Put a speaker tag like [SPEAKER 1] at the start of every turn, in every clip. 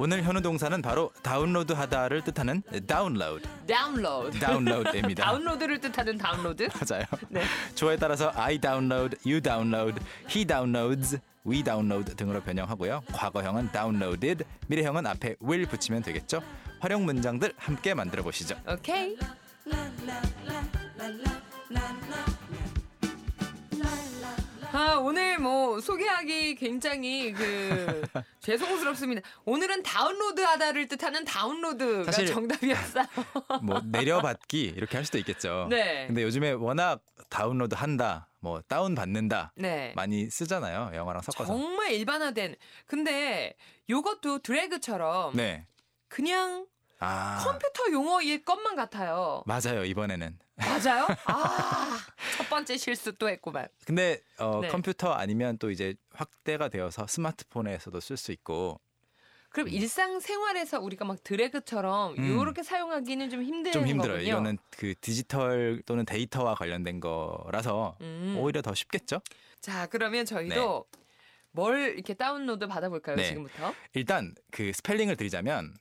[SPEAKER 1] 오늘 현우 동사는 바로 다운로드하다를 뜻하는 다운로드,
[SPEAKER 2] 다운로드.
[SPEAKER 1] 다운로드입니다.
[SPEAKER 2] 다운로드를 뜻하는 다운로드.
[SPEAKER 1] 맞아요.
[SPEAKER 2] 네.
[SPEAKER 1] 조에 따라서 I download, you download, he downloads, we download 등으로 변형하고요. 과거형은 downloaded, 미래형은 앞에 will 붙이면 되겠죠. 활용 문장들 함께 만들어 보시죠.
[SPEAKER 2] 오케이. 아 오늘 뭐 소개하기 굉장히 그 죄송스럽습니다. 오늘은 다운로드하다를 뜻하는 다운로드가
[SPEAKER 1] 사실-
[SPEAKER 2] 정답이었어요.
[SPEAKER 1] 뭐 내려받기 이렇게 할 수도 있겠죠.
[SPEAKER 2] 네.
[SPEAKER 1] 근데 요즘에 워낙 다운로드 한다, 뭐 다운 받는다
[SPEAKER 2] 네.
[SPEAKER 1] 많이 쓰잖아요. 영어랑 섞어서.
[SPEAKER 2] 정말 일반화된. 근데 요것도 드래그처럼
[SPEAKER 1] 네.
[SPEAKER 2] 그냥
[SPEAKER 1] 아
[SPEAKER 2] 컴퓨터 용어일 것만 같아요.
[SPEAKER 1] 맞아요 이번에는.
[SPEAKER 2] 맞아요? 아, 첫 번째 실수 또 했구만.
[SPEAKER 1] 근데 어,
[SPEAKER 2] 네.
[SPEAKER 1] 컴퓨터 아니면 또 이제 확대가 되어서 스마트폰에서도 쓸 수 있고
[SPEAKER 2] 그럼 일상생활에서 우리가 막 드래그처럼
[SPEAKER 1] 음.
[SPEAKER 2] 요렇게 사용하기는 좀 힘든
[SPEAKER 1] 좀 힘들어요.
[SPEAKER 2] 거군요.
[SPEAKER 1] 이거는 그 디지털 또는 데이터와 관련된 거라서
[SPEAKER 2] 음.
[SPEAKER 1] 오히려 더 쉽겠죠.
[SPEAKER 2] 자, 그러면 저희도 뭘 이렇게 다운로드 받아볼까요,
[SPEAKER 1] 네.
[SPEAKER 2] 지금부터?
[SPEAKER 1] 일단 그 스펠링을 드리자면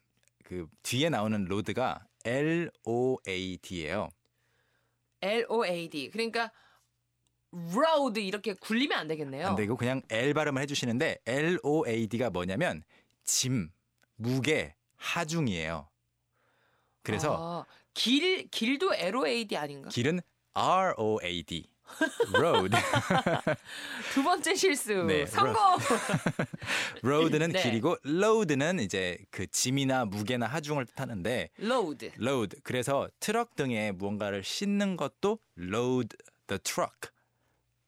[SPEAKER 1] 그 뒤에 나오는 로드가 L O A D예요.
[SPEAKER 2] LOAD. 그러니까 road 이렇게 굴리면 안 되겠네요.
[SPEAKER 1] 안 되고 그냥 L 발음을 해주시는데 L O A D가 뭐냐면 짐, 무게, 하중이에요. 그래서
[SPEAKER 2] 아, 길 길도 LOAD 아닌가?
[SPEAKER 1] 길은 R O A D, road.
[SPEAKER 2] 두 번째 실수.
[SPEAKER 1] 네,
[SPEAKER 2] 성공.
[SPEAKER 1] 로드는
[SPEAKER 2] 네.
[SPEAKER 1] 길이고 로드는 이제 그 짐이나 무게나 하중을 뜻하는데
[SPEAKER 2] load.
[SPEAKER 1] load 그래서 트럭 등에 무언가를 싣는 것도 load the truck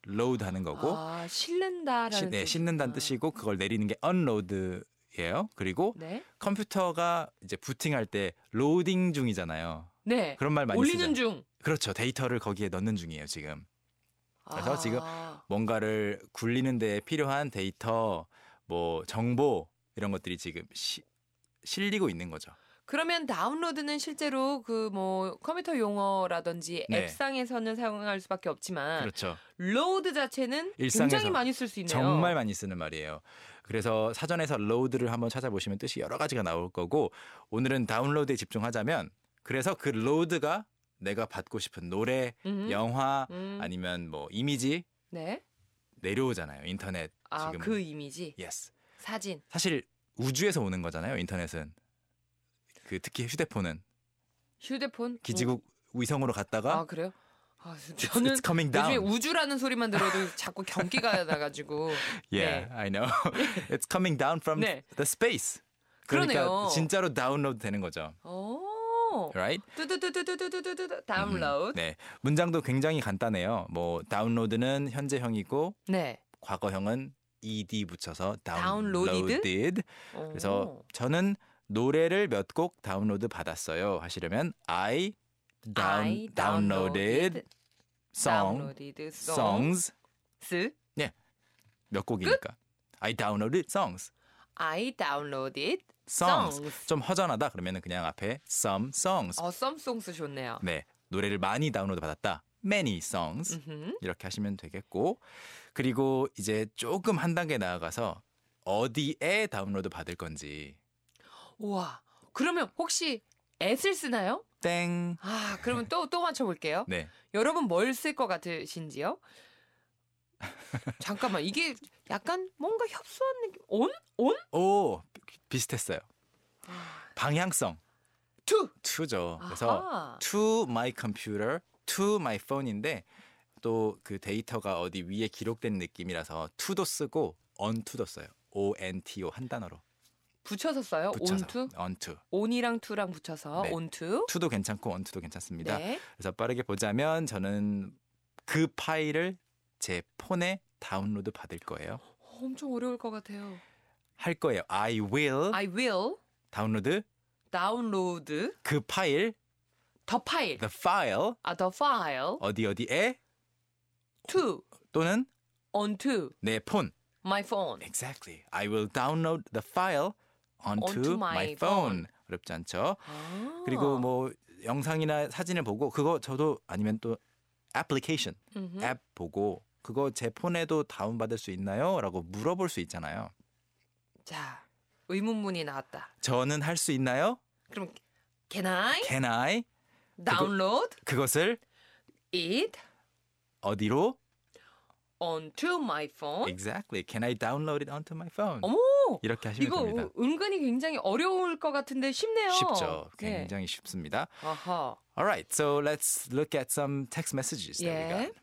[SPEAKER 1] load 하는 거고
[SPEAKER 2] 아, 실른다라는
[SPEAKER 1] 시- 네,
[SPEAKER 2] 뜻이구나.
[SPEAKER 1] 싣는다는 뜻이고 그걸 내리는 게 unload예요. 그리고
[SPEAKER 2] 네.
[SPEAKER 1] 컴퓨터가 이제 부팅할 때 로딩 중이잖아요.
[SPEAKER 2] 네.
[SPEAKER 1] 그런 말 많이
[SPEAKER 2] 올리는
[SPEAKER 1] 쓰죠.
[SPEAKER 2] 중.
[SPEAKER 1] 그렇죠. 데이터를 거기에 넣는 중이에요, 지금. 그래서
[SPEAKER 2] 아,
[SPEAKER 1] 지금 뭔가를 굴리는 데 필요한 데이터, 뭐 정보 이런 것들이 지금 시- 실리고 있는 거죠.
[SPEAKER 2] 그러면 다운로드는 실제로 그 뭐 컴퓨터 용어라든지
[SPEAKER 1] 네.
[SPEAKER 2] 앱상에서는 사용할 수밖에 없지만
[SPEAKER 1] 그렇죠.
[SPEAKER 2] 로드 자체는
[SPEAKER 1] 일상에서
[SPEAKER 2] 굉장히 많이 쓸 수 아, 있네요.
[SPEAKER 1] 정말 많이 쓰는 말이에요. 그래서 사전에서 로드를 한번 찾아보시면 뜻이 여러 가지가 나올 거고 오늘은 다운로드에 집중하자면 그래서 그 로드가 내가 받고 싶은 노래,
[SPEAKER 2] 음,
[SPEAKER 1] 영화
[SPEAKER 2] 음,
[SPEAKER 1] 아니면 뭐 이미지
[SPEAKER 2] 네.
[SPEAKER 1] 내려오잖아요. 인터넷
[SPEAKER 2] 아,
[SPEAKER 1] 지금
[SPEAKER 2] 그 이미지,
[SPEAKER 1] yes.
[SPEAKER 2] 사진.
[SPEAKER 1] 사실 우주에서 오는 거잖아요. 인터넷은 그 특히 휴대폰은
[SPEAKER 2] 휴대폰
[SPEAKER 1] 기지국 위성으로
[SPEAKER 2] 뭐. 아,
[SPEAKER 1] 갔다가
[SPEAKER 2] 그래요? 아,
[SPEAKER 1] it's-
[SPEAKER 2] 저는
[SPEAKER 1] it's coming down.
[SPEAKER 2] 요즘에 우주라는 소리만 들어도 자꾸 경기가 나가지고
[SPEAKER 1] Yeah,
[SPEAKER 2] 네.
[SPEAKER 1] I know. It's coming down from
[SPEAKER 2] 네.
[SPEAKER 1] the space. 그러니까
[SPEAKER 2] 그러네요.
[SPEAKER 1] 진짜로 다운로드 되는 거죠.
[SPEAKER 2] 오
[SPEAKER 1] Right?
[SPEAKER 2] 뚜두두두두두두두
[SPEAKER 1] 음,
[SPEAKER 2] 다운로드
[SPEAKER 1] 네. 문장도 굉장히 간단해요. 뭐 다운로드는 현재형이고
[SPEAKER 2] 네
[SPEAKER 1] 과거형은 ed 붙여서
[SPEAKER 2] 다운로디드?
[SPEAKER 1] 다운로디드.
[SPEAKER 2] 네. 오.
[SPEAKER 1] 그래서 저는 노래를 몇 곡 다운로드 받았어요. 하시려면 I down
[SPEAKER 2] I
[SPEAKER 1] downloaded song
[SPEAKER 2] 다운로디드 songs
[SPEAKER 1] songs 몇
[SPEAKER 2] 끝?
[SPEAKER 1] 곡이니까. I downloaded songs.
[SPEAKER 2] I downloaded
[SPEAKER 1] songs.
[SPEAKER 2] songs.
[SPEAKER 1] 좀 허전하다 그러면은 그냥 앞에 some songs.
[SPEAKER 2] 어, 썸송스 좋네요.
[SPEAKER 1] 네. 노래를 많이 다운로드 받았다. many songs.
[SPEAKER 2] 음흠.
[SPEAKER 1] 이렇게 하시면 되겠고 그리고 이제 조금 한 단계 나아가서 어디에 다운로드 받을 건지
[SPEAKER 2] 우와. 그러면 혹시 앳을 쓰나요?
[SPEAKER 1] 땡.
[SPEAKER 2] 아, 그러면 또 또 맞춰볼게요.
[SPEAKER 1] 네.
[SPEAKER 2] 여러분 뭘 쓸 것 같으신지요? 잠깐만 이게 약간 뭔가 협소한 느낌. 온? 온?
[SPEAKER 1] 오 비- 비슷했어요. 방향성
[SPEAKER 2] 투.
[SPEAKER 1] to죠. 그래서
[SPEAKER 2] 아하.
[SPEAKER 1] to my computer, to my phone인데 또 그 데이터가 어디 위에 기록된 느낌이라서 to도 쓰고 onto도 써요. O N T O 한 단어로
[SPEAKER 2] 붙여서 써요.
[SPEAKER 1] 붙여서
[SPEAKER 2] 온투.
[SPEAKER 1] onto.
[SPEAKER 2] 온이랑 투랑 붙여서
[SPEAKER 1] 네.
[SPEAKER 2] 온투.
[SPEAKER 1] to도 괜찮고 onto도 괜찮습니다.
[SPEAKER 2] 네.
[SPEAKER 1] 그래서 빠르게 보자면 저는 그 파일을 제 폰에 다운로드 받을 거예요.
[SPEAKER 2] 엄청 어려울 것 같아요.
[SPEAKER 1] 할 거예요. I will
[SPEAKER 2] I will
[SPEAKER 1] 다운로드
[SPEAKER 2] download
[SPEAKER 1] 그 파일,
[SPEAKER 2] the file.
[SPEAKER 1] the file
[SPEAKER 2] 아, the file
[SPEAKER 1] 어디 어디에
[SPEAKER 2] to
[SPEAKER 1] 또는
[SPEAKER 2] onto
[SPEAKER 1] 내 폰.
[SPEAKER 2] my phone.
[SPEAKER 1] 네. Exactly. I will download the file onto,
[SPEAKER 2] Onto my
[SPEAKER 1] my, phone. 어렵지 않죠?
[SPEAKER 2] 아.
[SPEAKER 1] 그리고 뭐 영상이나 사진을 보고 그거 저도 아니면 또 application
[SPEAKER 2] 음흠.
[SPEAKER 1] 앱 보고 그거 제 폰에도 다운받을 수 있나요? 라고 물어볼 수 있잖아요.
[SPEAKER 2] 자, 의문문이 나왔다.
[SPEAKER 1] 저는 할 수 있나요?
[SPEAKER 2] 그럼 can I
[SPEAKER 1] Can I?
[SPEAKER 2] download
[SPEAKER 1] 그것을
[SPEAKER 2] it
[SPEAKER 1] 어디로?
[SPEAKER 2] onto my
[SPEAKER 1] 예.
[SPEAKER 2] phone?
[SPEAKER 1] Exactly. Can I download it onto my phone?
[SPEAKER 2] 어? 어머,
[SPEAKER 1] 이렇게 하시면
[SPEAKER 2] 이거
[SPEAKER 1] 됩니다.
[SPEAKER 2] 은- 은근히 굉장히 어려울 것 같은데 쉽네요.
[SPEAKER 1] 쉽죠.
[SPEAKER 2] 네.
[SPEAKER 1] 굉장히 쉽습니다.
[SPEAKER 2] 아하.
[SPEAKER 1] All right. So let's look at some text messages that we
[SPEAKER 2] 예.
[SPEAKER 1] got.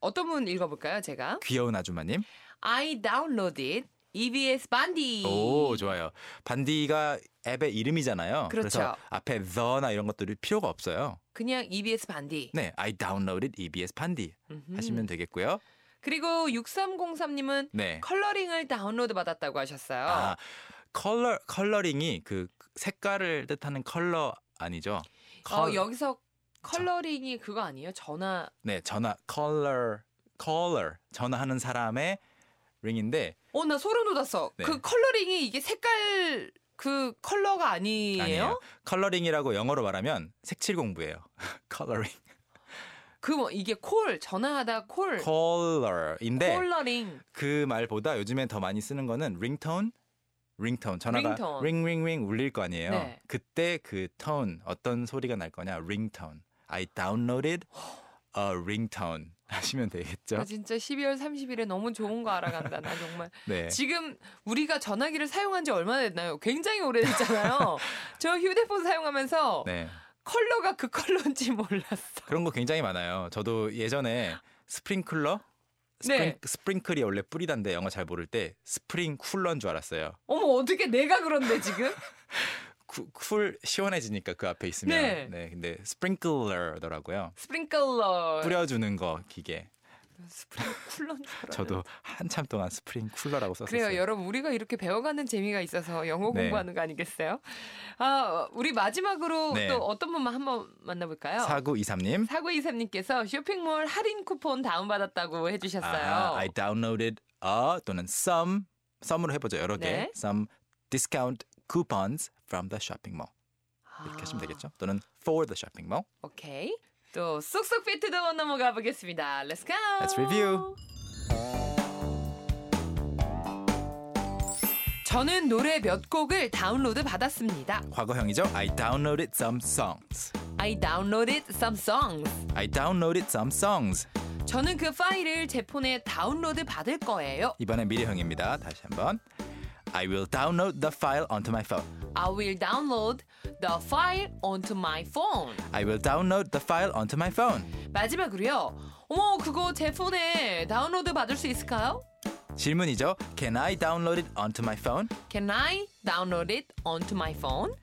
[SPEAKER 2] 어떤 분 읽어볼까요, 제가?
[SPEAKER 1] 귀여운 아주마님.
[SPEAKER 2] I downloaded E EBS 반디.
[SPEAKER 1] 오, 좋아요. 반디가 앱의 이름이잖아요. 래
[SPEAKER 2] 그렇죠.
[SPEAKER 1] 서 앞에 the나 이런 것들이 필요가 없어요.
[SPEAKER 2] 그냥 E EBS 반디.
[SPEAKER 1] 네, I downloaded EBS 반디
[SPEAKER 2] 음흠.
[SPEAKER 1] 하시면 되겠고요.
[SPEAKER 2] 그리고 6303님은
[SPEAKER 1] 네.
[SPEAKER 2] 컬러링을 다운로드 받았다고 하셨어요.
[SPEAKER 1] 아, 컬러 컬러링이 그 색깔을 뜻하는 컬러 아니죠?
[SPEAKER 2] 어,
[SPEAKER 1] 컬-
[SPEAKER 2] 여기서 컬러링이 그거 아니에요? 전화
[SPEAKER 1] 네, 전화 컬러 컬러 전화하는 사람의 링인데
[SPEAKER 2] 어, 나 소름 돋았어.
[SPEAKER 1] 네.
[SPEAKER 2] 그 컬러링이 이게 색깔 그 컬러가 아니에요?
[SPEAKER 1] 아니에요. 컬러링이라고 영어로 말하면 색칠 공부예요. 컬러링.
[SPEAKER 2] 그 뭐 이게 콜 전화하다 콜
[SPEAKER 1] 컬러인데
[SPEAKER 2] 콜러링
[SPEAKER 1] 그 말보다 요즘에 더 많이 쓰는 거는 링톤 링톤 전화가
[SPEAKER 2] 링톤.
[SPEAKER 1] 링링링 울릴 거 아니에요.
[SPEAKER 2] 네.
[SPEAKER 1] 그때 그 톤, 어떤 소리가 날 거냐? 링톤. I downloaded a ringtone 하시면 되겠죠.
[SPEAKER 2] 나 진짜 12월 30일에 너무 좋은 거 알아간다. 나 정말
[SPEAKER 1] 네.
[SPEAKER 2] 지금 우리가 전화기를 사용한 지 얼마나 됐나요? 굉장히 오래됐잖아요. 저 휴대폰 사용하면서
[SPEAKER 1] 네.
[SPEAKER 2] 컬러가 그 컬러인지 몰랐어.
[SPEAKER 1] 그런 거 굉장히 많아요. 저도 예전에 스프링클러 스프링,
[SPEAKER 2] 네.
[SPEAKER 1] 스프링클이 원래 뿌리단데 영어 잘 모를 때 스프링 쿨러인 줄 알았어요.
[SPEAKER 2] 어머 어떻게 내가 그런데 지금?
[SPEAKER 1] 쿨, 쿨 시원해지니까 그 앞에 있으면
[SPEAKER 2] 네.
[SPEAKER 1] 근데 스프링클러더라고요.
[SPEAKER 2] 스프링클러.
[SPEAKER 1] 뿌려주는 거 기계.
[SPEAKER 2] 스프링쿨러.
[SPEAKER 1] 저도 한참 동안 스프링 쿨러라고 썼어요.
[SPEAKER 2] 그래요, 여러분. 우리가 이렇게 배워가는 재미가 있어서 영어
[SPEAKER 1] 네.
[SPEAKER 2] 공부하는 거 아니겠어요? 아, 우리 마지막으로
[SPEAKER 1] 네.
[SPEAKER 2] 또 어떤 분만 한번 만나볼까요?
[SPEAKER 1] 4923님.
[SPEAKER 2] 사구이삼님께서 쇼핑몰 할인 쿠폰 다운받았다고 해주셨어요.
[SPEAKER 1] 아, I downloaded a 또는 some some으로 해보죠. 여러 개.
[SPEAKER 2] 네.
[SPEAKER 1] Some discount coupons from the shopping mall. 아, 이렇게 하시면 되겠죠. 또는 for the shopping mall.
[SPEAKER 2] 아, 오케이. 또 쏙쏙 피트도 넘어가 보겠습니다. Let's go.
[SPEAKER 1] Let's review.
[SPEAKER 2] 저는 노래 몇 곡을 다운로드 받았습니다.
[SPEAKER 1] 과거형이죠. I downloaded some songs.
[SPEAKER 2] I downloaded some songs.
[SPEAKER 1] I downloaded some songs.
[SPEAKER 2] 저는 그 파일을 제 폰에 다운로드 받을 거예요.
[SPEAKER 1] 이번엔 미래형입니다. 다시 한번. I will download the file onto my phone.
[SPEAKER 2] I will download the file onto my phone.
[SPEAKER 1] I will download the file onto my phone.
[SPEAKER 2] 마지막으로요. 어머, 그거 제 폰에 다운로드 받을 수 있을까요?
[SPEAKER 1] 질문이죠. Can I download it onto my phone?
[SPEAKER 2] Can I download it onto my phone?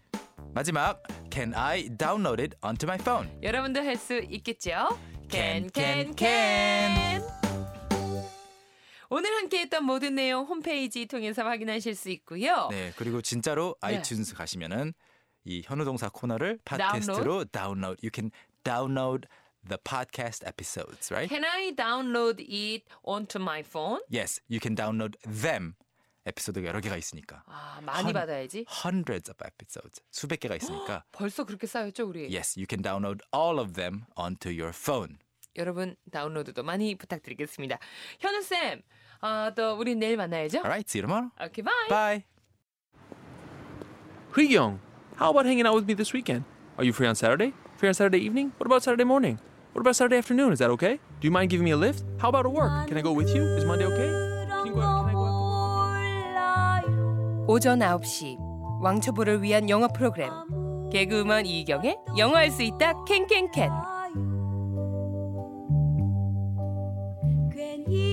[SPEAKER 1] 마지막 Can I download it onto my phone?
[SPEAKER 2] 여러분도 할 수 있겠죠?
[SPEAKER 1] Can, can,
[SPEAKER 2] 캔, 캔, 캔. 오늘 함께했던 모든 내용 홈페이지 통해서 확인하실 수 있고요.
[SPEAKER 1] 네, 그리고 진짜로
[SPEAKER 2] 네.
[SPEAKER 1] 아이튠스 가시면은 이 현우 동사 코너를 팟캐스트로 다운로드. You can download the podcast episodes, right?
[SPEAKER 2] Can I download it onto my phone?
[SPEAKER 1] Yes, you can download them. 에피소드가 여러 개가 있으니까.
[SPEAKER 2] 아, 많이
[SPEAKER 1] 헌-
[SPEAKER 2] 받아야지.
[SPEAKER 1] hundreds of episodes. 수백 개가 있으니까
[SPEAKER 2] 벌써 그렇게 쌓였죠, 우리?
[SPEAKER 1] yes, you can download all of them onto your phone.
[SPEAKER 2] 여러분 다운로드도 많이 부탁드리겠습니다. 현우 쌤, 아, 또 우리 내일 만나야죠.
[SPEAKER 1] All right, see you tomorrow.
[SPEAKER 2] 오케이, 바이.
[SPEAKER 1] Bye.
[SPEAKER 3] Young, how about hanging out with me this weekend? Are you free on Saturday? Free on Saturday evening? What about Saturday morning? What about Saturday afternoon? Is that okay? Do you mind giving me a lift? How about at work? Can I go with you? Is Monday okay? Can you go out? Can I go out?
[SPEAKER 2] 오전 9시 왕초보를 위한 영어 프로그램 개그우먼 이경의 영어할 수 있다 캔캔캔.
[SPEAKER 4] 괜히